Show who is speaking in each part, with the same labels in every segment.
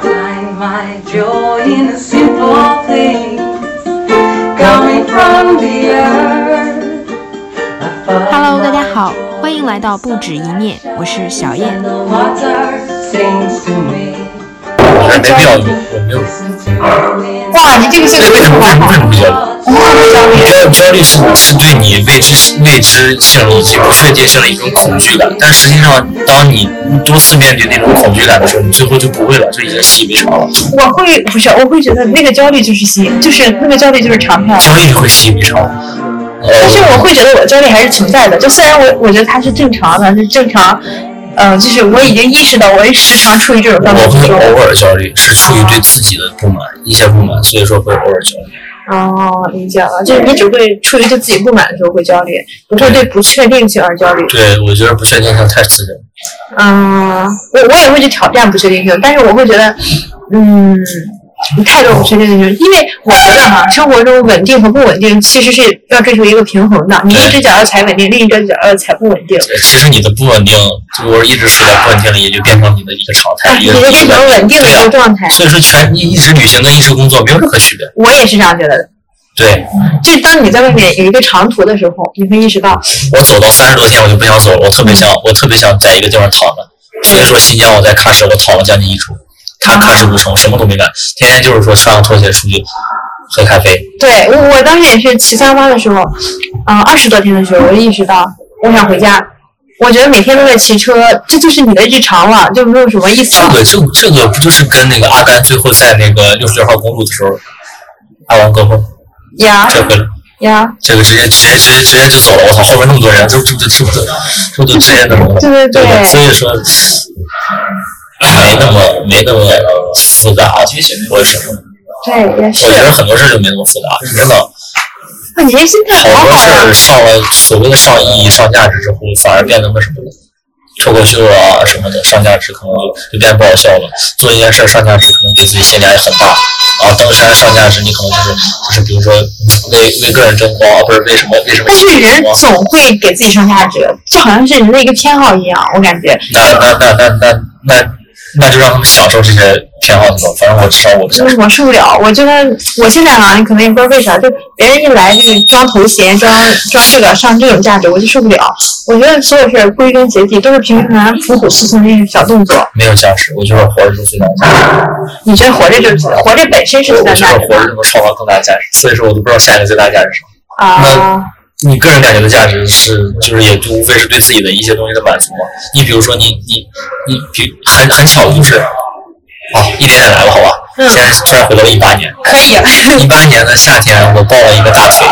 Speaker 1: find my joy in the simple things coming from the earth. I find
Speaker 2: Hello，大
Speaker 1: my
Speaker 2: 家好
Speaker 1: joy，
Speaker 2: 欢迎来到不止一念，我是小燕
Speaker 1: and。the water sings to me.
Speaker 3: 还没必要，我没有。
Speaker 1: Listen to the wind.
Speaker 4: 哇，你这个现
Speaker 3: 那
Speaker 4: 在
Speaker 3: 为什么为什么为什么比较？我觉得焦虑是是对你未知未知性以及不确定性的一种恐惧感，但实际上，当你多次面对那种恐惧感的时候，你最后就不会了，就已经习以为常了。
Speaker 4: 我会不是，我会觉得那个焦虑就是吸，就是那个焦虑就是常态。
Speaker 3: 焦虑会习以为常。
Speaker 4: 但是
Speaker 3: 呃，
Speaker 4: 我会觉得我焦虑还是存在的，就虽然我我觉得它是正常的，是正常，呃，就是我已经意识到我时常处于这种状态
Speaker 3: 我
Speaker 4: 之
Speaker 3: 会
Speaker 4: 中。
Speaker 3: 偶尔焦虑，是出于对自己的不满，一些不满，所以说会偶尔焦虑。
Speaker 4: 哦，理解了，就是你只会处于对自己不满的时候会焦虑，不会对不确定性而焦虑。
Speaker 3: 对，我觉得不确定性太刺激了。
Speaker 4: 嗯，我我也会去挑战不确定性，但是我会觉得，嗯，太多不确定性，因为我觉得哈，生活中稳定和不稳定其实是要追求一个平衡的，你一只脚要踩稳定，另一只脚要踩不稳定。
Speaker 3: 对，其实你的不稳定，我一直处在不稳定里，也就变成你的一个常态，一
Speaker 4: 你
Speaker 3: 个
Speaker 4: 的变成稳定的一个状态，
Speaker 3: 所以说全一一直旅行跟一直工作没有任何区别。
Speaker 4: 我也是这样觉得的。
Speaker 3: 对
Speaker 4: 就是当你在外面有一个长途的时候，你会意识到，
Speaker 3: 我走到三十多天，我就不想走了，我特别想，我特别想在一个地方躺着。比如说新疆，我在喀什，我躺了将近一周，看喀什不成，我什么都没干，天天就是说穿个拖鞋出去喝咖啡。
Speaker 4: 对我我当时也是骑三八的时候，啊、二十多天的时候，我就意识到我想回家。我觉得每天都在骑车，这就是你的日常了，就没有什么意思
Speaker 3: 这
Speaker 4: 了。
Speaker 3: 个这个这个不就是跟那个阿甘最后在那个六十六号公路的时候，阿王哥吗？
Speaker 4: 呀
Speaker 3: 这回
Speaker 4: 呀，
Speaker 3: 这个直接直接直接直接就走了，我操，后面那么多人，这不就就就就就直接那什么了。
Speaker 4: 对对
Speaker 3: 对吧
Speaker 4: 对
Speaker 3: 所以说没那么没那么复杂，我觉得
Speaker 4: 对，也
Speaker 3: 我觉
Speaker 4: 是。
Speaker 3: 得很多事就没那么复杂，是真的。
Speaker 4: 哇你这心态好
Speaker 3: 好多事
Speaker 4: 好呀！
Speaker 3: 儿上了所谓的上意义、上价值之后，反而变得那什么了。脱口秀啊什么的，上价值可能就就变不好笑了。做一件事儿上价值可能给自己限量也很大。然后登山上价值，你可能就是就是比如说为为个人争光，不是为什么为什么
Speaker 4: 但是人
Speaker 3: 争光
Speaker 4: 总会给自己上价值，就好像是人的一个偏好一样，我感觉。
Speaker 3: 那那那那那那那就让他们享受这些偏好去吧。反正我至少我不享
Speaker 4: 就
Speaker 3: 受。
Speaker 4: 是我受不了，我觉得我现在啊，可能也不知道为啥，就别人一来就是装头衔、装装这个上这种价值，我就受不了。我觉得所有事儿归根结底都是平平安安、普朴素素那种小动作。
Speaker 3: 没有价值，我觉得活着是最大的价值。
Speaker 4: 你觉得活着就是活着本身是
Speaker 3: 我
Speaker 4: 最大
Speaker 3: 我觉得
Speaker 4: 的价值
Speaker 3: 活着能创造更大的价值，所以说我都不知道下一个最大的价值是什么。
Speaker 4: 啊？
Speaker 3: 你个人感觉的价值是，就是也就无非是对自己的一些东西的满足嘛。你比如说你，你你比很很巧的就是，哦，一点点来吧，好吧。
Speaker 4: 嗯
Speaker 3: 现在突然回到了一八年，
Speaker 4: 可以，
Speaker 3: 一八年的夏天，我报了一个大腿，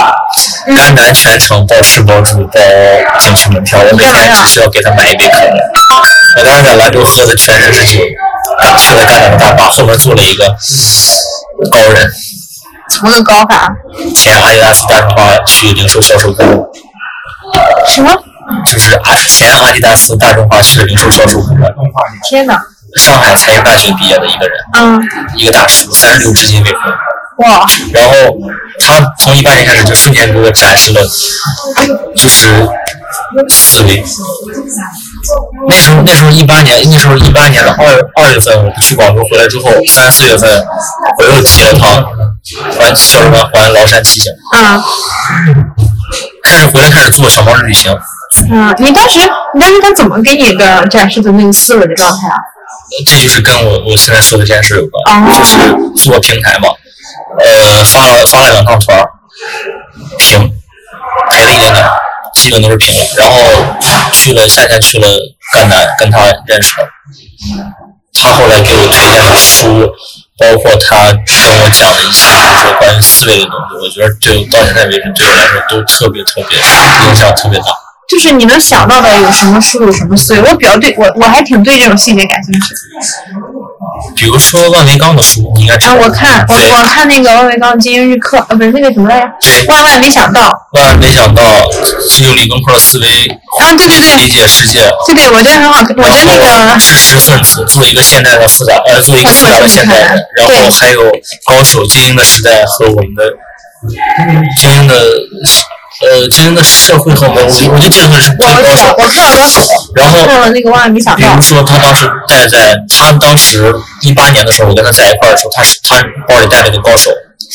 Speaker 3: 甘南全程包吃包住包景区门票，我每天只需要给他买一杯可乐。我当时在兰州喝的全身是酒，还去了甘南的大巴，后面坐了一个高人，
Speaker 4: 怎么个搞法？
Speaker 3: 前阿迪达斯大众化去零售销售部。
Speaker 4: 什么？
Speaker 3: 就是阿前阿迪达斯大众化区的零售销售顾问，
Speaker 4: 天哪！
Speaker 3: 上海财经大学毕业的一个人，
Speaker 4: 嗯，
Speaker 3: 一个大叔，三十六至今未婚。
Speaker 4: 哇，
Speaker 3: 然后他从一八年开始就瞬间给我展示了，就是思维。那时候那时候一八年那时候一八年的二二月份，我去广州回来之后，三四月份我又骑了趟呃环叫什么环崂山骑行，
Speaker 4: 嗯
Speaker 3: 开始回来开始做小毛驴旅行，
Speaker 4: 嗯，你当时你当时他怎么给你的展示的那个思维的状态啊？
Speaker 3: 这就是跟我我现在说的这件事有关，
Speaker 4: 哦
Speaker 3: 就是做平台嘛，呃，发了发了两趟团儿，平，赔了一点点，基本都是平了。然后去了夏天去了赣南，跟他认识了，他后来给我推荐的书，包括他跟我讲的一些就是关于思维的东西，我觉得对到现在为止对我来说都特别特别影响特别大。
Speaker 4: 就是你能想到的有什么书，有什么思维？我比较对我我还挺对这种细节感兴趣。
Speaker 3: 比如说万维刚的书，你应该知道。
Speaker 4: 啊，我看我
Speaker 3: 对
Speaker 4: 我看那个万维钢今日课，呃，不是那个什么来着，
Speaker 3: 对
Speaker 4: 万万没想到。
Speaker 3: 万万没想到，是用理论课的思维
Speaker 4: 啊，对对对
Speaker 3: 理解世界。
Speaker 4: 对对，我觉得很好，我觉得那
Speaker 3: 然后
Speaker 4: 个
Speaker 3: 是十分子，做一个现代的复杂，呃，做一个复杂的现代人。然后还有高手精英的时代和我们的精英的呃，真的社会和我们，我我就记得是
Speaker 4: 我
Speaker 3: 这个高手
Speaker 4: 我。我看了
Speaker 3: 然后嗯
Speaker 4: 当时看了那个万万没想
Speaker 3: 比
Speaker 4: 到
Speaker 3: 如，说他当时带在他当时一八年的时候，我跟他在一块儿的时候，他是他包里带了一个高手，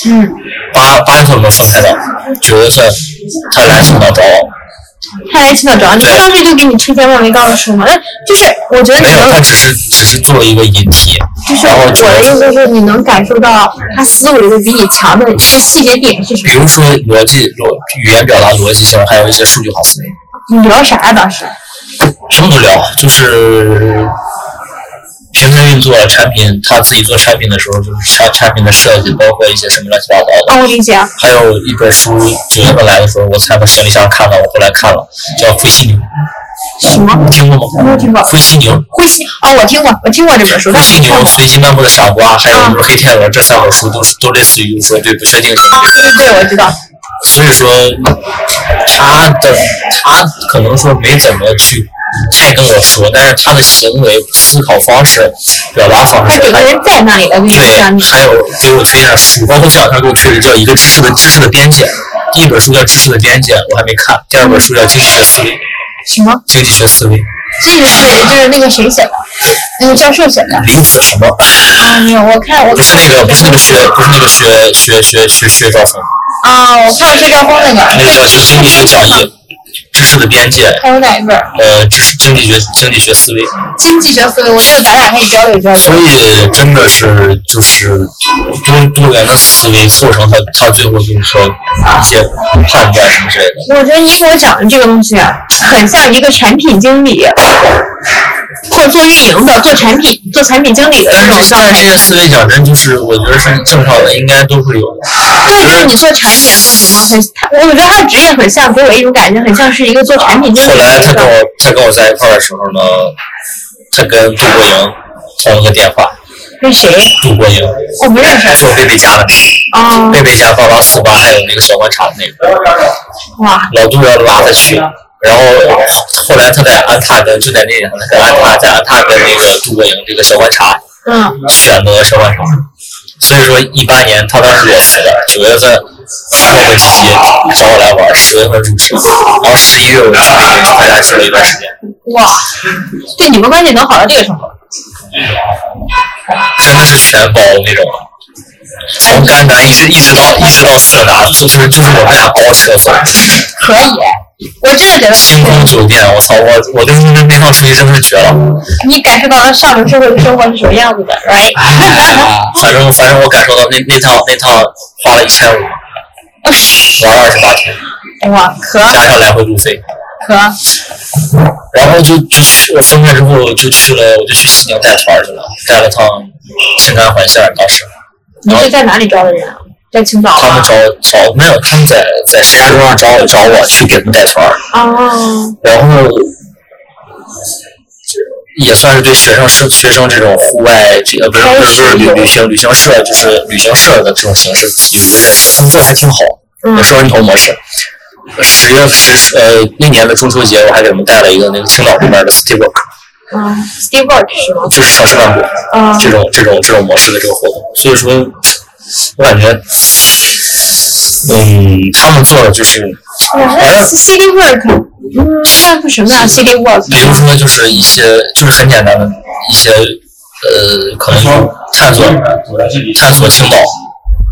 Speaker 4: 嗯，
Speaker 3: 八八个我们分开的，有一次他来青岛找我，
Speaker 4: 他来青岛找你，他当时就给你推荐望梅高的书嘛。那就是我觉得
Speaker 3: 没
Speaker 4: 你
Speaker 3: 有，
Speaker 4: 能
Speaker 3: 他只是只是做了一个引题，
Speaker 4: 就是
Speaker 3: 然后
Speaker 4: 我
Speaker 3: 就
Speaker 4: 的意思就是你能感受到他思维的比你强的一些细节点是什
Speaker 3: 比
Speaker 4: 么？
Speaker 3: 如说逻辑逻语言表达逻辑性，还有一些数据化思维，
Speaker 4: 你聊啥呀、当时？
Speaker 3: 什么都聊，就是平台运作产品，他自己做产品的时候，就是产产品的设计，包括一些什么乱七八糟的。
Speaker 4: 哦，我理解啊。
Speaker 3: 还有一本书，九月份来的时候，我才把行李箱看到，我后来看了，叫《灰犀牛》，
Speaker 4: 什么？
Speaker 3: 听过
Speaker 4: 我没
Speaker 3: 吗？
Speaker 4: 有听过。
Speaker 3: 灰犀牛，
Speaker 4: 灰犀哦，我听过，我听过这本书，
Speaker 3: 灰
Speaker 4: 但
Speaker 3: 犀牛、随
Speaker 4: 是看过。
Speaker 3: 机漫步的傻瓜，还有就是《黑天鹅》这三本书都是都类似于说对不确定性。
Speaker 4: 啊，对 对对，我知道。
Speaker 3: 所以说，他的他可能说没怎么去太跟我说，但是他的行为、思考方式、表达方
Speaker 4: 他
Speaker 3: 式，
Speaker 4: 整个人在那里了，跟你讲你
Speaker 3: 对，还有给我推荐的书，包括这两天给我推的叫一个知识的知识的边界，第一本书叫《知识的边界》，我还没看；第二本书叫《经济学思维》，
Speaker 4: 什么？
Speaker 3: 经济学思维，
Speaker 4: 这个思维就是那个谁写的，那个教授写的。
Speaker 3: 李子什么？
Speaker 4: 啊，没有，我看我
Speaker 3: 不是那个，不是那个学，不是那个学学学学学招生，
Speaker 4: 啊，我看了薛兆丰那
Speaker 3: 那
Speaker 4: 个，
Speaker 3: 个叫就经济学讲义，知识的边界，
Speaker 4: 还有哪一本儿？
Speaker 3: 呃，知识经济学经济学思维。
Speaker 4: 经济学思维，我记得咱俩可以交流交流。
Speaker 3: 所以真的是就是多多元的思维凑成他他最后就是说一些判断什么之类的。
Speaker 4: 我觉得你给我讲的这个东西啊，很像一个产品经理，或者做运营的、做产品、做产品经理的
Speaker 3: 但
Speaker 4: 这种
Speaker 3: 是
Speaker 4: 状
Speaker 3: 但是
Speaker 4: 态。
Speaker 3: 这些思维讲真就是我觉得是正常的，应该都会有的。
Speaker 4: 对，就是你做产品做什么，很他，我觉得他的职业很像，给我一种感觉，很像是一个做产品经理
Speaker 3: 后来
Speaker 4: 的一
Speaker 3: 他跟
Speaker 4: 个。
Speaker 3: 我他跟我在一块儿的时候呢，他跟杜国营通了个电话，
Speaker 4: 跟谁？
Speaker 3: 杜国营
Speaker 4: 我不 认识。
Speaker 3: 就我贝贝家的
Speaker 4: 哦，
Speaker 3: 贝贝家帮忙速八还有那个小广场那个。
Speaker 4: 哇，
Speaker 3: 老杜要拉他去，然后后来他在安踏跟就在那个在安踏在安踏跟那个杜国营这个小观察
Speaker 4: 嗯，
Speaker 3: 选择小观察，所以说一八年他当时也来的，九月份发了个集体找我来玩，十月份入职，然后十一月我就快来去了一段时间，
Speaker 4: 哇，对，你们关系能好到这个程度？
Speaker 3: 真的是全包那种。从甘南一直一直到一直到色达，就是就是我们俩包车走，
Speaker 4: 可以，我真的觉得
Speaker 3: 星空酒店，我操，我我跟那那趟出去真是绝了。
Speaker 4: 你感受到了上流社会的生活是什么样子的，right？
Speaker 3: 反正反正我感受到那那趟那趟花了一千五，玩了二十八天，
Speaker 4: 哇，可
Speaker 3: 加上来回路费，
Speaker 4: 可，
Speaker 3: 然后就就去我分开之后就去了，我就去西宁带团去了，带了趟青甘环线，当时
Speaker 4: 你是在哪里招的人啊？在青岛
Speaker 3: 他们
Speaker 4: 吗？
Speaker 3: 找找没有，他们在在石头上找找我去给他们带团，
Speaker 4: 哦，
Speaker 3: 然后。也算是对学生是学生这种户外这呃不是不是不是旅旅行旅行社就是旅行社的这种形式有一个认识，他们做的还挺好。
Speaker 4: 嗯
Speaker 3: 也，是人头模式。十月十呃那年的中秋节，我还给他们带了一个那个青岛那边的 City Walk，
Speaker 4: 啊，Steve Jobs 是吗？
Speaker 3: 就是小时漫步
Speaker 4: 啊
Speaker 3: 这种这种这种模式的这个活动。所以说，我感觉，嗯，他们做的就是，
Speaker 4: 那 City Work，嗯，那是什么呀？City
Speaker 3: 比如
Speaker 4: Work，
Speaker 3: 说就是一些就是很简单的一些呃，可能探索探索青岛，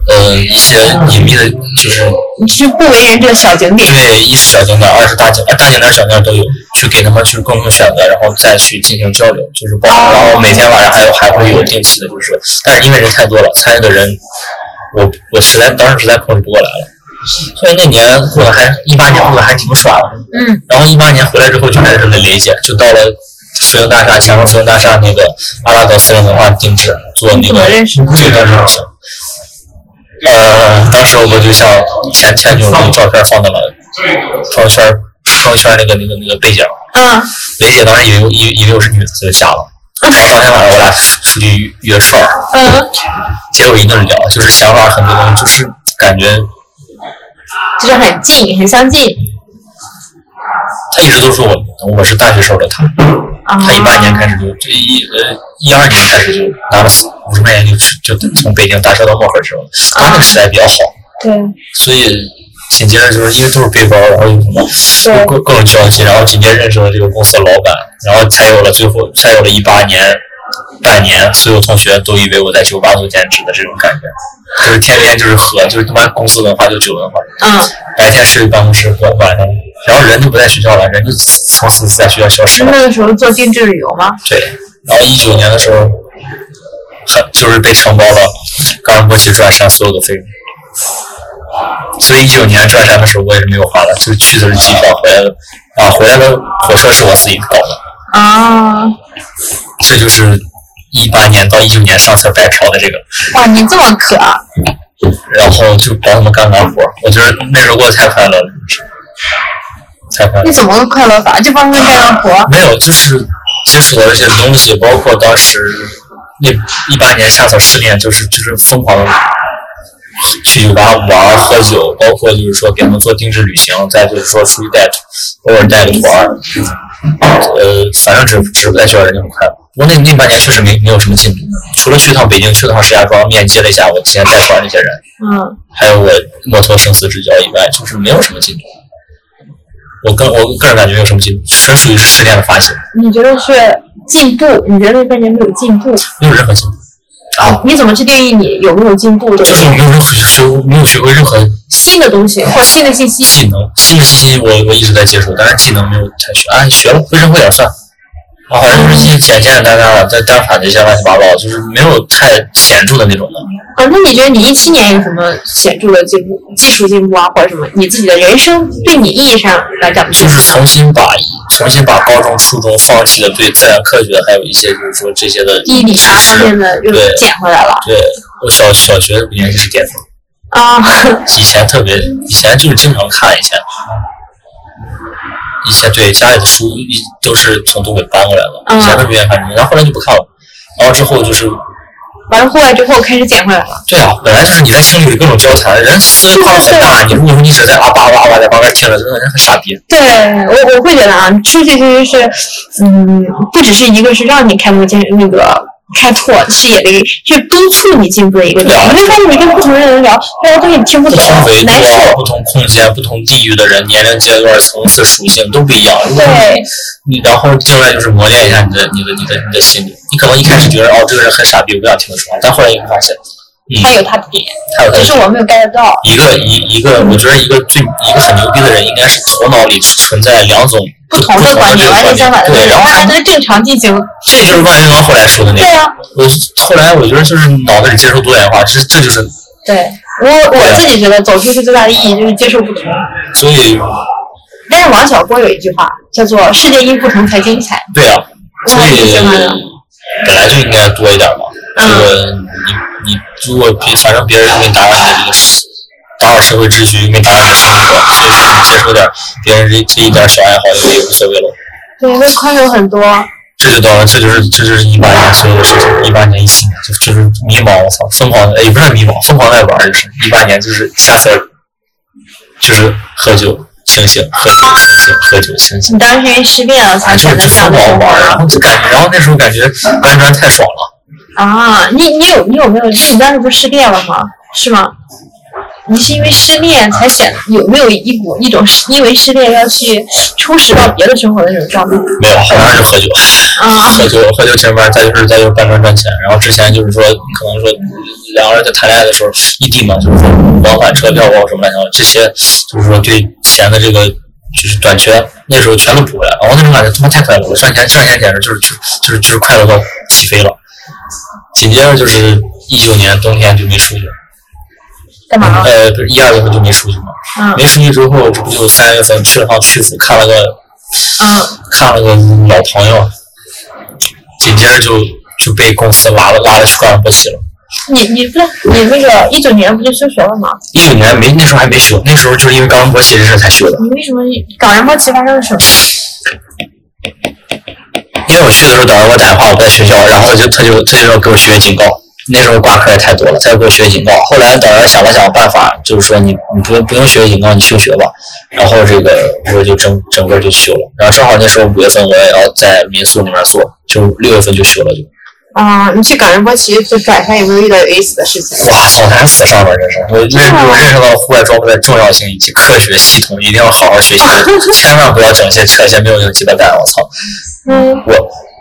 Speaker 3: 呃，一些隐秘的，就是
Speaker 4: 就是不为人知的小景点。
Speaker 3: 对，一是小景点，二是大景点，大景点、小景点都有，去给他们去共同选择，然后再去进行交流，就是包括，然后每天晚上还有还会有定期的，就是说，但是因为人太多了，参与的人，我我实在当时实在控制不过来了，所以那年过得还一八年过得还挺爽的，
Speaker 4: 嗯，
Speaker 3: 然后一八年回来之后就开始了雷姐，就到了飞鹰大厦，前面飞鹰大厦那个阿拉伯私人文化定制做那
Speaker 4: 你怎
Speaker 3: 个
Speaker 4: 么认识的
Speaker 3: 这个事情。呃，当时我们就像前前女友那个照片放到了朋友圈儿，朋友圈儿那个那个那个背景。
Speaker 4: 啊，
Speaker 3: 雷姐当时以为我以为以为我是女的，就加了。当天晚上我俩出去约串儿，
Speaker 4: 嗯，
Speaker 3: 结果一顿聊，就是想法很多，就是感觉
Speaker 4: 就是很近，很相近。
Speaker 3: 她一直都说我我是大学时候的她。
Speaker 4: 啊，
Speaker 3: 他一八年开始就就一呃一二年开始就拿了五十块
Speaker 4: 嗯
Speaker 3: 钱就就从北京打车到漠河去了，他那个时代比较好，
Speaker 4: 啊对，
Speaker 3: 所以紧接着就是因为都是背包，然后有什么
Speaker 4: 对
Speaker 3: 各各种消息，然后紧接着认识了这个公司的老板，然后才有了最后才有了一八年半年，所有同学都以为我在酒吧做兼职的这种感觉，就是天天就是喝，就是他妈公司文化就酒文化，
Speaker 4: 嗯，
Speaker 3: 白天睡办公室喝，晚上然后人就不在学校了，人就从此在学校消失
Speaker 4: 是
Speaker 3: 了。
Speaker 4: 那个时候做定制旅游吗？
Speaker 3: 对，然后一九年的时候，很就是被承包了冈仁波齐转山所有的费用，所以一九年转山的时候我也是没有花的，就去的是机票，回来的啊回来的火车是我自己搞的，
Speaker 4: 啊，
Speaker 3: 这就是一八年到一九年上学白嫖的这个，
Speaker 4: 哇，你这么可，
Speaker 3: 然后就帮他们干完活，我觉得那时候过得太快乐了，太快乐了
Speaker 4: 你。怎么个快乐法？这帮人干完活，
Speaker 3: 没有，就是接触到这些东西，包括当时那一八年夏草试炼，就是就是疯狂的去酒吧玩喝酒，包括就是说给他们做定制旅行，再就是说出去带偶尔带个团儿，呃，反正只只不在学校人就很快乐。我那那半年确实没没有什么进步，除了去趟北京，去趟石家庄，面接了一下我之前带团儿那些人，
Speaker 4: 嗯，
Speaker 3: 还有我墨脱生死之交以外，就是没有什么进步。我个我个人感觉没有什么进步，纯属于是失恋的发泄。
Speaker 4: 你觉得是进步？你觉得那半年没有进步？
Speaker 3: 没有任何进步，
Speaker 4: 你怎么去定义你有没有进步的
Speaker 3: 就是我没有任何学，没有学会任何
Speaker 4: 新的东西或新的信息？
Speaker 3: 技能，新的信息我我一直在接触，但是技能没有太学，哎，学了会认会点算，然后就是一些简简单单的，再加上这些乱七八糟，就是没有太显著的那种的。
Speaker 4: 啊，那你觉得你一七年有什么显著的进步、技术进步啊，或者什么？你自己的人生对你意义上来讲的进
Speaker 3: 就
Speaker 4: 步
Speaker 3: 是重新把重新把高中、初中放弃的对自然科学还有一些就是说这些的
Speaker 4: 地理啊方面的又
Speaker 3: 对
Speaker 4: 捡回来了
Speaker 3: 对我小小学五年级是巅峰，
Speaker 4: 啊，
Speaker 3: 以前特别，以前就是经常看，以前，以前对家里的书一都是从东北搬过来的，
Speaker 4: 嗯
Speaker 3: 以前特别愿意看书，然后后来就不看了，然后之后就是，
Speaker 4: 完了户外之后开始捡回来了。
Speaker 3: 对啊，本来就是你在听里各种交谈，人思维跨度很大，你如果说你只在啊吧哇哇在旁边听着，真的人很傻逼。
Speaker 4: 对我我会觉得啊，出去其实是，嗯，不只是一个是让你开拓见那个开拓视野的一个，是督促你进步的一个地
Speaker 3: 啊
Speaker 4: 方。因为当你跟不同的人聊，大家东西你听不
Speaker 3: 不
Speaker 4: 懂
Speaker 3: 同维，度
Speaker 4: 难
Speaker 3: 啊、
Speaker 4: 受。
Speaker 3: 不同空间、不同地域的人，年龄阶段、层次、属性都不一样。如果
Speaker 4: 对
Speaker 3: 你，你然后另外就是磨练一下你的、你的、你的、你的心理。你可能一开始觉得哦，这个人很傻逼，我不想听他说话，但后来你会发现，嗯，
Speaker 4: 他有他的点，
Speaker 3: 他有他
Speaker 4: 只
Speaker 3: 的
Speaker 4: 是我没有 get 到。
Speaker 3: 呃一个一一个，我觉得一个最一个很牛逼的人，应该是头脑里存在两种
Speaker 4: 不同的观点，完全相反的观
Speaker 3: 对，
Speaker 4: 点，
Speaker 3: 然后
Speaker 4: 大家
Speaker 3: 他
Speaker 4: 都是正常进行。
Speaker 3: 这就是万元王后来说的那
Speaker 4: 对
Speaker 3: 个。
Speaker 4: 啊，
Speaker 3: 我后来我觉得就是脑子里接受多元化，这这就是
Speaker 4: 对我
Speaker 3: 啊
Speaker 4: 我自己觉得走出去最大的意义就是接受不同。
Speaker 3: 所以
Speaker 4: 但是王小波有一句话叫做“世界因不同才精彩
Speaker 3: 对啊，所以
Speaker 4: 我还挺喜欢的嗯
Speaker 3: 本来就应该多一点嘛。这个你你如果别反正别人给你打扰你的这个事打扰社会秩序，没打扰你的生活，所以说你接受点别人这这一点小爱好也也无所谓了。”，
Speaker 4: 对，会宽容很多。
Speaker 3: 这就到了，这就是这就是一八年所有的事情，一八年一七年就是就是迷茫，我操，疯狂的，哎也不是迷茫，疯狂在玩儿，就是一八年就是瞎塞，就是喝酒清醒，喝酒清醒，喝酒清醒，
Speaker 4: 你当时因为失恋了才
Speaker 3: 哎，就
Speaker 4: 选
Speaker 3: 是
Speaker 4: 择
Speaker 3: 就
Speaker 4: 这样
Speaker 3: 疯狂
Speaker 4: 的生活
Speaker 3: 玩儿，然
Speaker 4: 吗
Speaker 3: 后就感觉，然后那时候感觉安装太爽了，
Speaker 4: 啊？你你有你有没有？你当时不是失恋了吗？是吗？你是因为失恋才选？有没有一股一种是因为失恋要去充实到别的生活的那种状态
Speaker 3: 没有，好像是喝酒，
Speaker 4: 啊？
Speaker 3: 喝酒喝酒这边，再就是再就是搬砖赚钱，然后之前就是说可能说两个人在谈恋爱的时候异地嘛，就是说往返车票包括什么来着，这些就是说对钱的这个就是短缺，那时候全都补回来，然后那种感觉他妈太快乐了，赚钱赚钱简直就是就是就是就是快乐到起飞了，紧接着就是一九年冬天就没出去，
Speaker 4: 干嘛？
Speaker 3: 呃，不是一二月份就没出去嘛，
Speaker 4: 嗯
Speaker 3: 没出去之后，这不就三月份去了趟曲阜，看了个
Speaker 4: 嗯，
Speaker 3: 看了个老朋友，紧接着就就被公司拉了拉了去冈仁波齐了。
Speaker 4: 你你不是你那个一九年不就休学了吗？
Speaker 3: 一九年没那时候还没学，那时候就是因为冈仁波齐这事儿才学的。
Speaker 4: 你为什么冈仁波齐发生了什么？
Speaker 3: 因为我去的时候，导师给我打电话，我不在学校，然后就他就他就要给我学警告。那时候挂科也太多了，他要给我学警告。后来导师想了想办法，就是说你你不用不用学警告，你休学吧。然后这个我就整整个就休了。然后正好那时候五月份我也要在民宿那边做，就六月份就休了就。
Speaker 5: 啊、你去冈仁波齐就转山有没有遇到有意思的事情？
Speaker 3: 哇，好难死上面真是，我认
Speaker 5: 的吗
Speaker 3: 我认识到了户外装备的重要性以及科学系统，一定要好好学习，千万不要整些扯些没有用的鸡巴蛋，我操！
Speaker 5: 嗯
Speaker 3: 我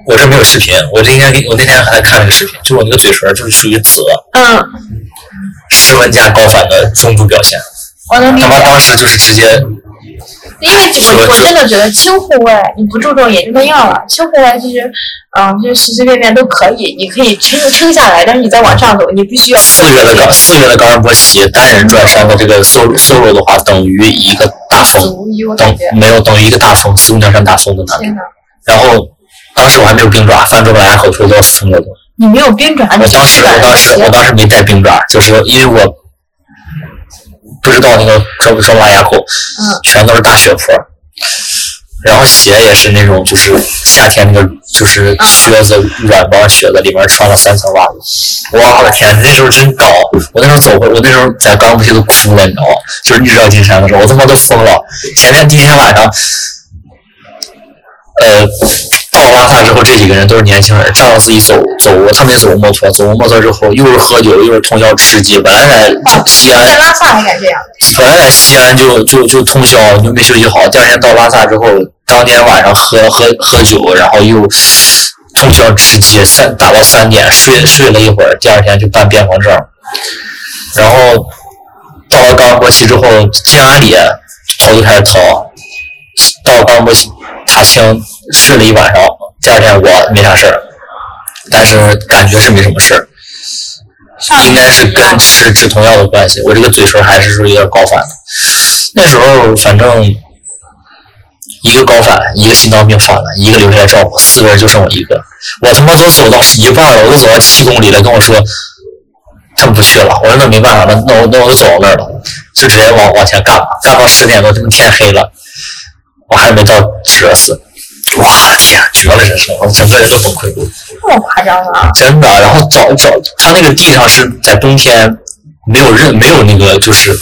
Speaker 3: 我这没有视频，我那天给我那天还在看那个视频，就是我那个嘴唇就是属于紫的，
Speaker 5: 嗯，
Speaker 3: 湿润加高反的中度表现，
Speaker 4: 我能理
Speaker 3: 他妈
Speaker 4: 解，
Speaker 3: 当时就是直接
Speaker 4: 因为我我真的觉得轻户外你不注重也就那样了，轻户外其实，嗯，就随随便便都可以，你可以撑撑下来，但是你再往上走，你必须要
Speaker 3: 四月的冈四月的冈仁波齐单人转山的这个 solo solo 的话，等于一个大风，
Speaker 4: 足一，我感
Speaker 3: 等
Speaker 4: 觉，
Speaker 3: 没有等于一个大风，四姑娘山大风的那里。
Speaker 4: 天哪！
Speaker 3: 然后当时我还没有冰爪，翻桌来回头都要疯了都。
Speaker 4: 你没有冰爪，你
Speaker 3: 我
Speaker 4: 只
Speaker 3: 当
Speaker 4: 是
Speaker 3: 时我当时我当时没带冰爪，就是因为我不知道那个装不装拉牙口，全都是大雪坡。然后鞋也是那种，就是夏天那个，就是靴子软帮靴子，里面穿了三层袜子。哇，我的天，那时候真搞！我那时候走回，我那时候在冈布西都哭了，你知道吗？就是日照金山的时候，我他妈都疯了。前天第一天晚上，呃，到拉萨之后，这几个人都是年轻人，仗着自己走走过，他们也走过摩托，走过摩托之后，又是喝酒，又是通宵吃鸡，本来在西安
Speaker 4: 哦在拉萨还敢这样，
Speaker 3: 本来在西安就就就通宵，就没休息好。第二天到拉萨之后，当天晚上喝喝喝酒，然后又通宵吃鸡，三打到三点，睡睡了一会儿，第二天就办边防证。然后到了冈仁波齐之后，家里头就开始疼。到冈仁波齐大厅睡了一晚上，第二天我没啥事儿，但是感觉是没什么事儿。应该是跟吃止痛药的关系。我这个嘴唇还是说有点高反的。那时候反正一个高反，一个心脏病犯了，一个留下来照顾，四个人就剩我一个。我他妈都走到一半了，我都走到七公里了，跟我说他们不去了。我说那没办法了，那我那我就走到那儿了，就直接往往前干吧，干到十点多，他妈天黑了，我还没到折死。哇天，啊绝了！真是，我整个人都崩溃了。
Speaker 4: 这么夸张啊？
Speaker 3: 真的。然后找找他那个地上是在冬天，没有任没有那个就是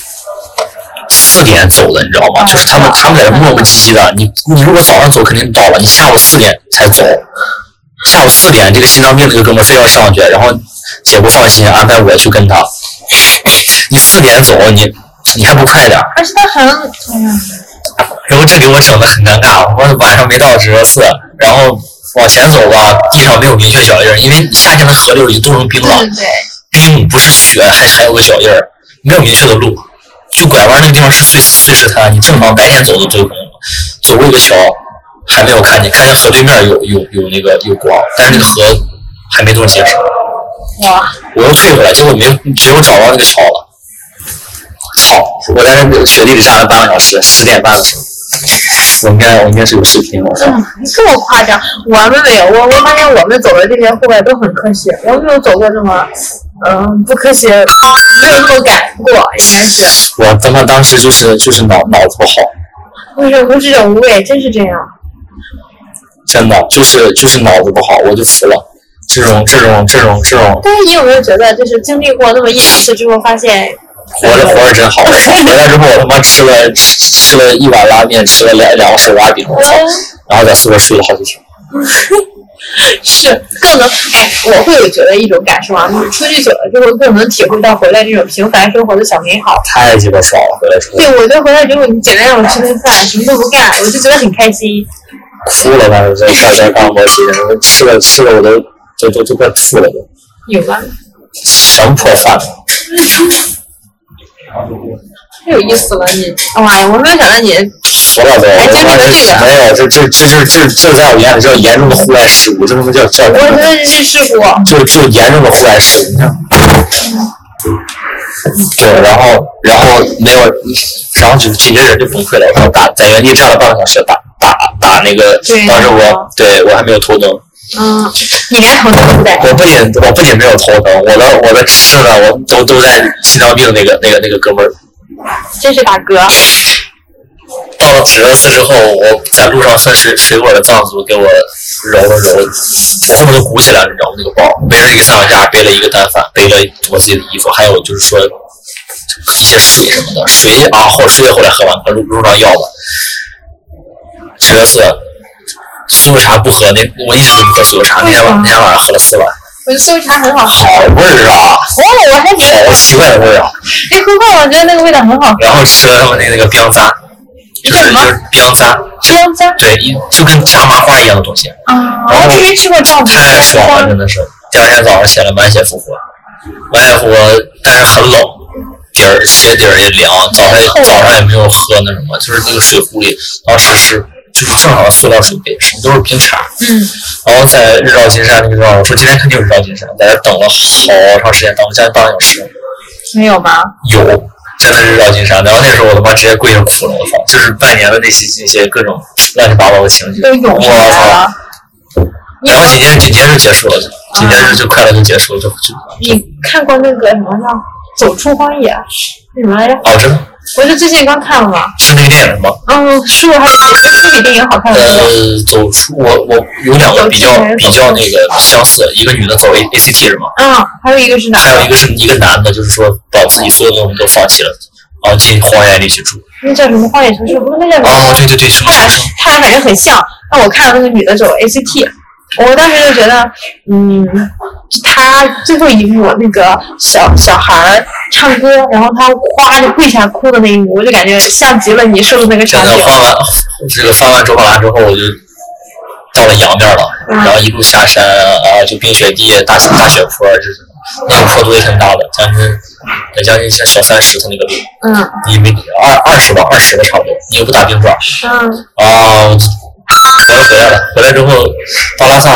Speaker 3: 四点走的，你知道吗？就是他们他们在这磨磨唧唧的，你你如果早上走肯定到了，你下午四点才走，下午四点这个心脏病那个哥们儿非要上去，然后姐不放心，安排我去跟他。你四点走，你你还不快点儿？
Speaker 4: 而且他很，哎呀，
Speaker 3: 然后这给我整的很尴尬，我晚上没到直播四，然后往前走吧，地上没有明确脚印儿，因为夏天的河流已经冻成冰了，
Speaker 4: 对对对，
Speaker 3: 冰不是雪，还还有个脚印儿，没有明确的路，就拐弯那个地方是碎碎石滩，你正常白天走都有可能，走过一个桥还没有看见，看见河对面有有有那个有光，但是那个河还没多结实，
Speaker 4: 哇，
Speaker 3: 我又退回来，结果没只有找到那个桥了，操！我在那雪地里站了半个小时，十点半的时候。我应该，我应该是有视频，我操！
Speaker 4: 这么夸张？我们没有，我我发现我们走的这些户外都很科学，我没有走过这么，嗯，不科学，没有这么赶过，应该是。
Speaker 3: 我他妈当时就是就是脑脑子不好，
Speaker 4: 不是无知者无畏，真是这样。
Speaker 3: 真的就是就是脑子不好，我就服了。这种这种这种这种
Speaker 4: 但是你有没有觉得，就是经历过那么一两次之后，发现
Speaker 3: 活着活着真好。回来之后我他妈吃了吃吃了一碗拉面，吃了两两个手抓饼，我操！
Speaker 4: 嗯
Speaker 3: 然后在宿舍睡了好几天。
Speaker 4: 是更能哎，我会有觉得一种感受啊，就是出去久了之后，更能体会到回来这种平凡生活的小美好。
Speaker 3: 太鸡巴爽了！回来之后
Speaker 4: 对，我觉得回来之后，你简单让我吃顿饭，什么都不干，我就觉得很开心。
Speaker 3: 哭了，当时在在在干摩西，然后吃了吃了我都都都都快吐了都，
Speaker 4: 有吗？
Speaker 3: 全破饭了。
Speaker 4: 太有意思了，你哇呀！我没有想到你
Speaker 3: 服了都！
Speaker 4: 哎
Speaker 3: 我
Speaker 4: 经历
Speaker 3: 当时没有，这这这这
Speaker 4: 了这个
Speaker 3: 这这在我眼里叫严重的户外事故，这他妈叫叫
Speaker 4: 我觉得这是事故，
Speaker 3: 就就严重的户外事故。你看，对，然后然后没有，然后就这些人就崩溃了，然后打在原地站了半个小时，打打打那个
Speaker 4: 对，哦
Speaker 3: 当时我对我还没有头疼，
Speaker 4: 嗯，你连头都不带，
Speaker 3: 我不仅我不仅没有头疼，我的我的吃的我都都在心脏病那个那个那个哥们儿。
Speaker 4: 真是大哥。
Speaker 3: 到了指纹寺之后，我在路上分水水果的藏族给我揉了揉，这么都鼓起来了，你知道吗？那个包背了一个三脚架，背了一个单反，背了我自己的衣服，还有就是说一些水什么的，水啊，后水也后来喝完，路路上要了。指纹寺酥油茶不喝，那我一直都不喝酥油茶，那天晚那天晚上喝了四碗，
Speaker 4: 我觉得搜茶很好喝。
Speaker 3: 好味儿啊，
Speaker 4: 哦，我还觉得
Speaker 3: 好奇怪的味儿啊。
Speaker 4: 那可可，我觉得那个味道很好喝。
Speaker 3: 然后吃了他们那那个冰渣，就
Speaker 4: 叫
Speaker 3: 是
Speaker 4: 什么
Speaker 3: 就是冰渣，
Speaker 4: 张家
Speaker 3: 对，一就跟炸麻花一样的东西，
Speaker 4: 啊，我还真没吃过这种冰
Speaker 3: 太 爽了，真的是。第二天早上起来满血复活，满血复活，但是很冷，底儿鞋底儿也凉，早上也
Speaker 4: 哦
Speaker 3: 早上也没有喝那什么，就是那个水壶里，当时是就是正好的塑料水杯，什么都是冰茶。
Speaker 4: 嗯，
Speaker 3: 然后在日照金山那个地方，我说今天肯定有日照金山，在那等了好长时间，等了将近半个小时。
Speaker 4: 没有吗？
Speaker 3: 有，真的是绕金山。然后那时候我他妈直接跪着哭了，我操！就是半年的那些那些各种乱七八糟的情绪，
Speaker 4: 都涌上
Speaker 3: 我
Speaker 4: 来
Speaker 3: 操！
Speaker 4: 了。你
Speaker 3: 然后紧接着紧接着就结束了，紧接着就快乐就结束了，就就
Speaker 4: 你看过那个什么叫《走出荒野》那什么来着？
Speaker 3: 哦，真的
Speaker 4: 我是最近刚看了嘛。
Speaker 3: 是那个电影吗？
Speaker 4: 嗯，书还是那个比电影好看，我觉得。
Speaker 3: 呃，走出我我有两个比较比较那个相似，一个女的走 A A C T 是吗？
Speaker 4: 嗯，还有一个是哪
Speaker 3: 还有一
Speaker 4: 个？
Speaker 3: 个是一个男的，就是说把自己所有的东西都放弃了，然后进荒原里去住。
Speaker 4: 那叫什么《荒野城市》？不是那叫什
Speaker 3: 哦，
Speaker 4: 么？
Speaker 3: 对对对，什么
Speaker 4: 他俩
Speaker 3: 什么
Speaker 4: 他俩反正很像。但我看了那个女的走 ACT，我当时就觉得，嗯，她最后一幕那个小小孩儿唱歌，然后她哗就跪下哭的那一幕，我就感觉像极了你说的那个场
Speaker 3: 真的
Speaker 4: 景。
Speaker 3: 翻完这个翻完周柏拉之后，我就到了阳面了，
Speaker 4: 嗯
Speaker 3: 然后一路下山啊，就冰雪地、大大雪坡，就是那个坡度也挺大的，将近得将近像小山石头那个路，
Speaker 4: 嗯
Speaker 3: 你没二二十吧，二十吧差不多，你又不打冰爪
Speaker 4: 嗯，
Speaker 3: 啊。我然后回来了，回来之后到拉萨，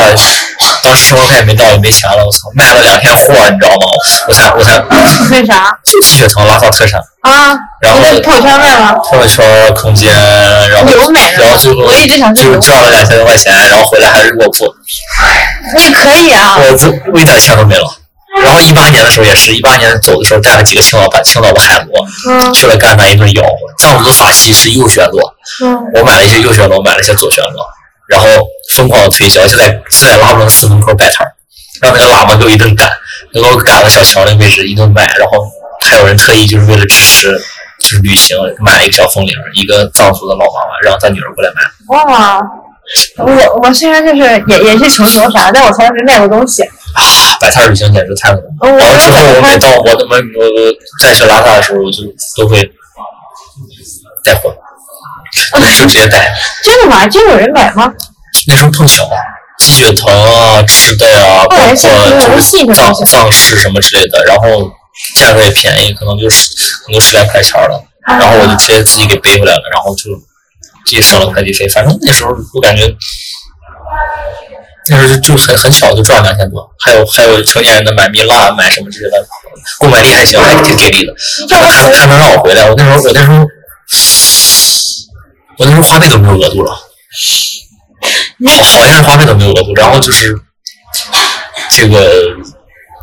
Speaker 3: 当时身份证也没带，也没钱了，我操，卖了两天货，你知道吗？我才我才
Speaker 4: 那啥
Speaker 3: 就血糖拉萨特产，
Speaker 4: 啊？
Speaker 3: 然后
Speaker 4: 你在朋友圈问了，
Speaker 3: 朋友圈、空间，然后
Speaker 4: 牛奶呢
Speaker 3: 然后最后
Speaker 4: 我一直想吃
Speaker 3: 就
Speaker 4: 牛奶
Speaker 3: 赚了两千多块钱，然后回来还是卧铺，
Speaker 4: 你可以啊。
Speaker 3: 我不我一点钱都没了。然后一八年的时候也是，一八年走的时候带了几个青岛板、青岛的海螺，
Speaker 4: 嗯
Speaker 3: 去了甘南一顿摇，差不多法西是右旋螺，
Speaker 4: 嗯，
Speaker 3: 我买了一些右旋螺，买了一些左旋螺，然后疯狂的推销，就在就在拉布楞寺门口摆摊儿，让那个喇嘛给我一顿赶，给我赶到小桥那个位置一顿买，然后还有人特意就是为了支持就是旅行买了一个小风铃，一个藏族的老妈妈让她女儿过来买，
Speaker 4: 哇。我我虽然就是也也是穷游啥，但我从来没卖过东西。
Speaker 3: 摆摊儿旅行简直太猛了。
Speaker 4: 我
Speaker 3: 然后之后我每到我他妈我我再去拉萨的时候，我就都会带货，就直接带。
Speaker 4: 真的吗？真有人买吗？
Speaker 3: 那时候碰巧鸡血藤啊、吃的呀、包括就是藏藏式什么之类的，然后价格也便宜，可能就是可能十来块钱儿了。然后
Speaker 4: 啊
Speaker 3: 我就直接自己给背回来了，然后就自己省了快递费。反正那时候我感觉那时候就很很巧就赚两千多，还有还有成年人的买蜜蜡、买什么之类的，购买力还行，还挺给力的。
Speaker 4: 这我
Speaker 3: 还还能让我回来，我那时候我那时候我那时候花呗都没有额度了。好好像是花呗都没有额度，然后就是这个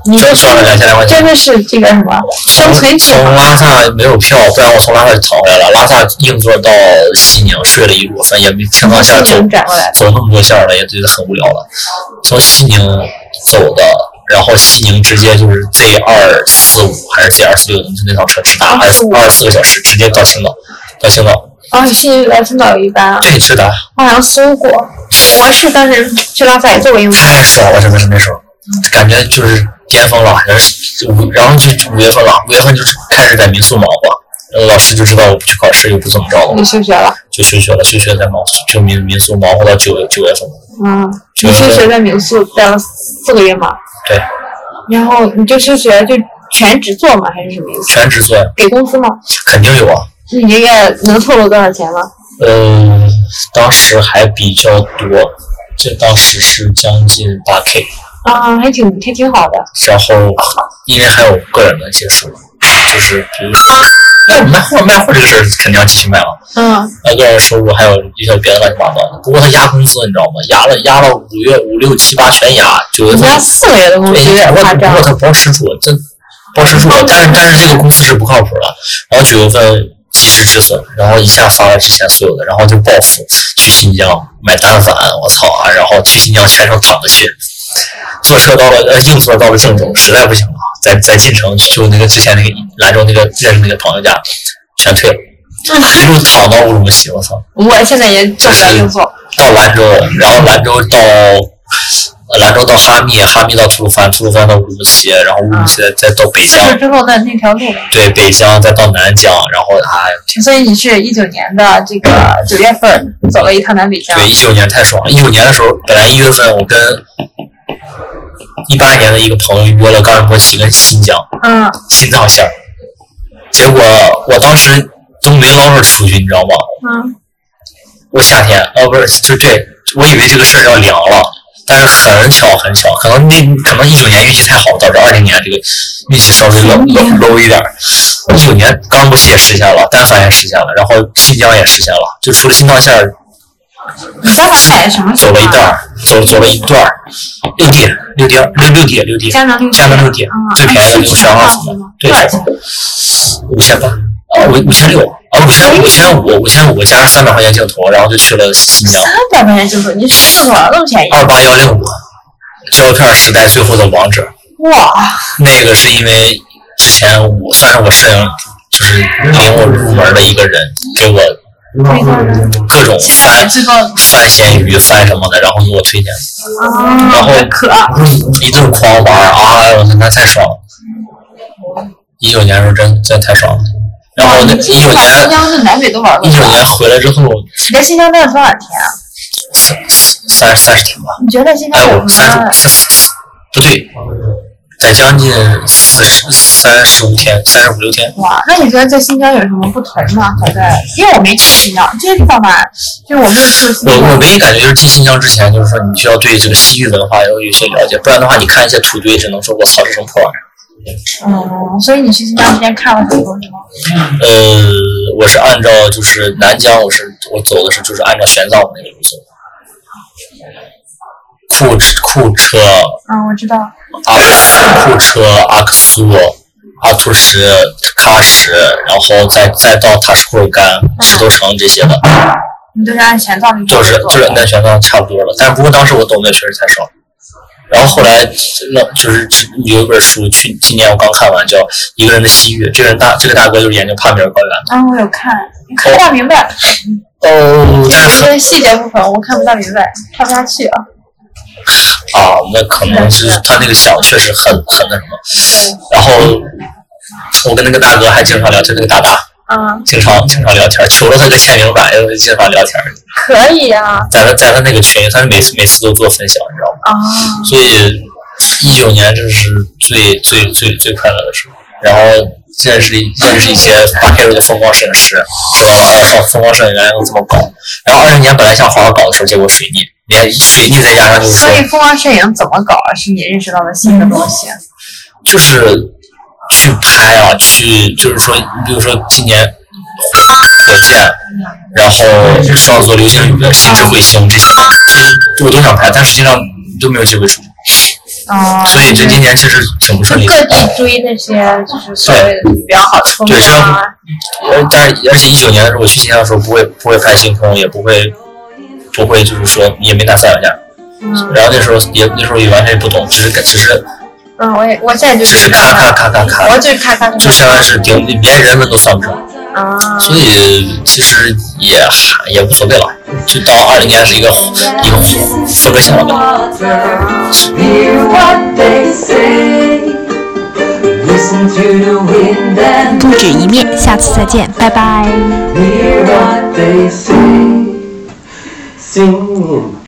Speaker 4: 你
Speaker 3: 就
Speaker 4: 这
Speaker 3: 赚了两千来块
Speaker 4: 真
Speaker 3: 钱。
Speaker 4: 的是这个什么生存指
Speaker 3: 从拉萨没有票，不然我从拉萨就逃回来了。拉萨硬座到西宁睡了一路，反正也没青藏线走
Speaker 4: 嗯转过来
Speaker 3: 走那么多线了，也觉得很无聊了。从西宁走的，然后西宁直接就是 Z 二四五还是 Z 二四六，就那趟车直达二
Speaker 4: 25
Speaker 3: 二十四个小时，直接到青岛，到青岛。
Speaker 4: 啊，是来青岛有一班啊，
Speaker 3: 对，直达，
Speaker 4: 我好像搜过，我是当时去拉萨也做过一晚，
Speaker 3: 太爽了，真的是那时候，感觉就是巅峰了，然后就五，然后就五月份了，五月份就是开始在民宿忙活，然后老师就知道我不去考试，又不怎么着我，
Speaker 4: 你休学了，
Speaker 3: 就休学了，休学在忙，就民民宿忙活到九月九月份，
Speaker 4: 嗯，
Speaker 3: 觉
Speaker 4: 你
Speaker 3: 得
Speaker 4: 休学在民宿待了四个月嘛，
Speaker 3: 对，
Speaker 4: 然后你就休学就全职做嘛，还是什么意思？
Speaker 3: 全职做呀，
Speaker 4: 给工资吗？
Speaker 3: 肯定有啊，
Speaker 4: 你一个月能透露多少钱吗？
Speaker 3: 呃，当时还比较多，这当时是将近八 K，
Speaker 4: 啊，还挺还挺好的，
Speaker 3: 然后因为还有个人的一些收入，就是比如说。那卖货卖货这个事儿肯定要继续卖了，
Speaker 4: 嗯，
Speaker 3: 那个人收入还有一些别的乱七八糟的。不过他压工资，你知道吗？压了压了五月五六七八全压，九月
Speaker 4: 你
Speaker 3: 份。
Speaker 4: 家四个月的工资有
Speaker 3: 对，
Speaker 4: 点
Speaker 3: 不过
Speaker 4: 夸
Speaker 3: 不
Speaker 4: 张
Speaker 3: 过，他包吃住，这包吃住
Speaker 4: 包，
Speaker 3: 但是但是这个公司是不靠谱的。然后九月份及时止损，然后一下发了之前所有的，然后就暴富去新疆买单反，我操啊！然后去新疆全程躺着去，坐车到了呃硬座到了郑州，实在不行了，在在晋城就那个之前那个兰州那个认识那个朋友家全退了，一路躺到乌鲁木齐，我操！
Speaker 4: 我现在也做不了工作，
Speaker 3: 到兰州，然后兰州到呃兰州到哈密，哈密到吐鲁番，吐鲁番到乌鲁木齐，然后乌鲁木齐再再到北
Speaker 4: 结
Speaker 3: 疆
Speaker 4: 束，之后的那条路。
Speaker 3: 对，北疆再到南疆，然后哎，
Speaker 4: 所以你是一九年的这个九月份走了一趟南北疆，
Speaker 3: 对，一九年太爽了。一九年的时候，本来一月份我跟一八年的一个朋友约了冈仁波齐跟新疆
Speaker 4: 嗯，
Speaker 3: 新藏线儿，结果我当时都没捞着出去，你知道吗？
Speaker 4: 嗯。
Speaker 3: 我夏天，呃，不是，就对，我以为这个事儿要凉了，但是很巧很巧，可能那可能一九年运气太好，导致二零年这个运气稍微 low low low 一点儿。一九年冈布齐也实现了，丹佛也实现了，然后新疆也实现了，就除了新藏线儿
Speaker 4: 你刚才在什么情
Speaker 3: 走
Speaker 4: 啊
Speaker 3: 了一段
Speaker 4: 况？
Speaker 3: 儿，走走了一段儿，六点六点六六点六点，
Speaker 4: 江南六
Speaker 3: 加上六点
Speaker 4: 啊，
Speaker 3: 最便宜的六十二号
Speaker 4: 那是
Speaker 3: 对
Speaker 4: 多少，
Speaker 3: 五千八，啊五五千六，啊五千五千五五千五加上三百块钱镜头，然后就去了新疆
Speaker 4: 三百块钱镜头，你是镜头那么便宜？
Speaker 3: 二八幺零五，胶片时代最后的王者。
Speaker 4: 哇，
Speaker 3: 那个是因为之前我算是我摄影就是领我入门的一个人给我各种
Speaker 4: 现在我
Speaker 3: 翻
Speaker 4: 知道了
Speaker 3: 翻闲鱼翻什么的，然后给我推荐。
Speaker 4: 啊，
Speaker 3: 然后
Speaker 4: 可
Speaker 3: 一顿狂玩儿啊！我操，那太爽了！一九年时候真真太爽了。然后那一九
Speaker 4: 哇
Speaker 3: 年
Speaker 4: 你这新疆是南北都玩
Speaker 3: 一
Speaker 4: 过
Speaker 3: 九年回来之后
Speaker 4: 你在新疆待了多少天啊？
Speaker 3: 三三三十天吧，
Speaker 4: 你觉得新疆
Speaker 3: 哎，
Speaker 4: 有
Speaker 3: 我
Speaker 4: 什么
Speaker 3: 三？十不对，得将近四十三十五天，三十五六天。
Speaker 4: 哇，那你觉得在新疆有什么不同吗？好在，因为我没去新疆，这些地方吧，就是我没有去新
Speaker 3: 我我
Speaker 4: 疆。
Speaker 3: 唯一感觉就是进新疆之前，就是说你需要对这个西域文化要有一些了解，不然的话，你看一些土堆，只能说我操，这什么破玩意儿。
Speaker 4: 嗯，所以你去新疆之前看了很多什么？
Speaker 3: 呃，我是按照就是南疆，我是我走的是就是按照玄奘的那个路走的。库车库车
Speaker 4: 嗯，我知道。
Speaker 3: 阿克苏库车阿克苏阿图什喀什，然后再再到塔什库尔干、石头城这些的，
Speaker 4: 你都是按前藏的
Speaker 3: 就是就是那玄奘差不多了。但是不过当时我懂得确实太少。然后后来那就是有一本书，去今年我刚看完，叫《一个人的西域》。这个人大这个大哥就是研究帕米尔高原的。
Speaker 4: 嗯，我有看，看不大明白，
Speaker 3: 哦，但
Speaker 4: 有一
Speaker 3: 是
Speaker 4: 些细节部分我看不大明白，看不下去啊。
Speaker 3: 啊，那可
Speaker 4: 嗯
Speaker 3: 能就是他那个想确实很很那什么。然后我跟那个大哥还经常聊天，那个大大
Speaker 4: 嗯，
Speaker 3: 经常经常聊天，求了他个签名版，因为经常聊天。
Speaker 4: 可以啊。
Speaker 3: 在他在他那个群，他是每次每次都做分享，你知道吗？
Speaker 4: 啊，
Speaker 3: 所以一九年这是最最最最快乐的时候，然后认识认识一些巴黑罗的风光摄影师，知道啊，风风光摄影原来都这么搞。然后二零年本来想好好搞的时候，结果水逆，你看水逆再加上嗯就是
Speaker 4: 所
Speaker 3: 说
Speaker 4: 以风光摄影怎么搞啊？是你认识到的新的东西。
Speaker 3: 就是去拍啊，去就是说，比如说今年火箭，然后双子座流星雨、甚至彗星这些，就是我都想拍，但实际上都没有机会出。
Speaker 4: 啊，
Speaker 3: 所以这今年其实挺不
Speaker 4: 就
Speaker 3: 顺利的。哦
Speaker 4: 各地追那些就是所谓的比较好的风
Speaker 3: 对
Speaker 4: 光
Speaker 3: 像
Speaker 4: 啊。
Speaker 3: 呃，但是而且一九年的时候，我去新疆的时候不会不会拍星空，也不会不会就是说也没拿三脚架，
Speaker 4: 嗯
Speaker 3: 然后那时候也那时候也完全不懂，只是只是
Speaker 4: 嗯，我也我现在就
Speaker 3: 只是
Speaker 4: 知道
Speaker 3: 咔咔咔咔
Speaker 4: 了，
Speaker 3: 咔
Speaker 4: 我，就是看看
Speaker 3: 就相当于是顶连人们都算不上，
Speaker 4: 啊，
Speaker 3: 所以其实也还也无所谓了。就到二零年是一个一个负责性的，
Speaker 1: water, hear what they say. Listen to the wind and
Speaker 2: 不止一面，下次再见，拜拜。
Speaker 1: hear what they say. Sing.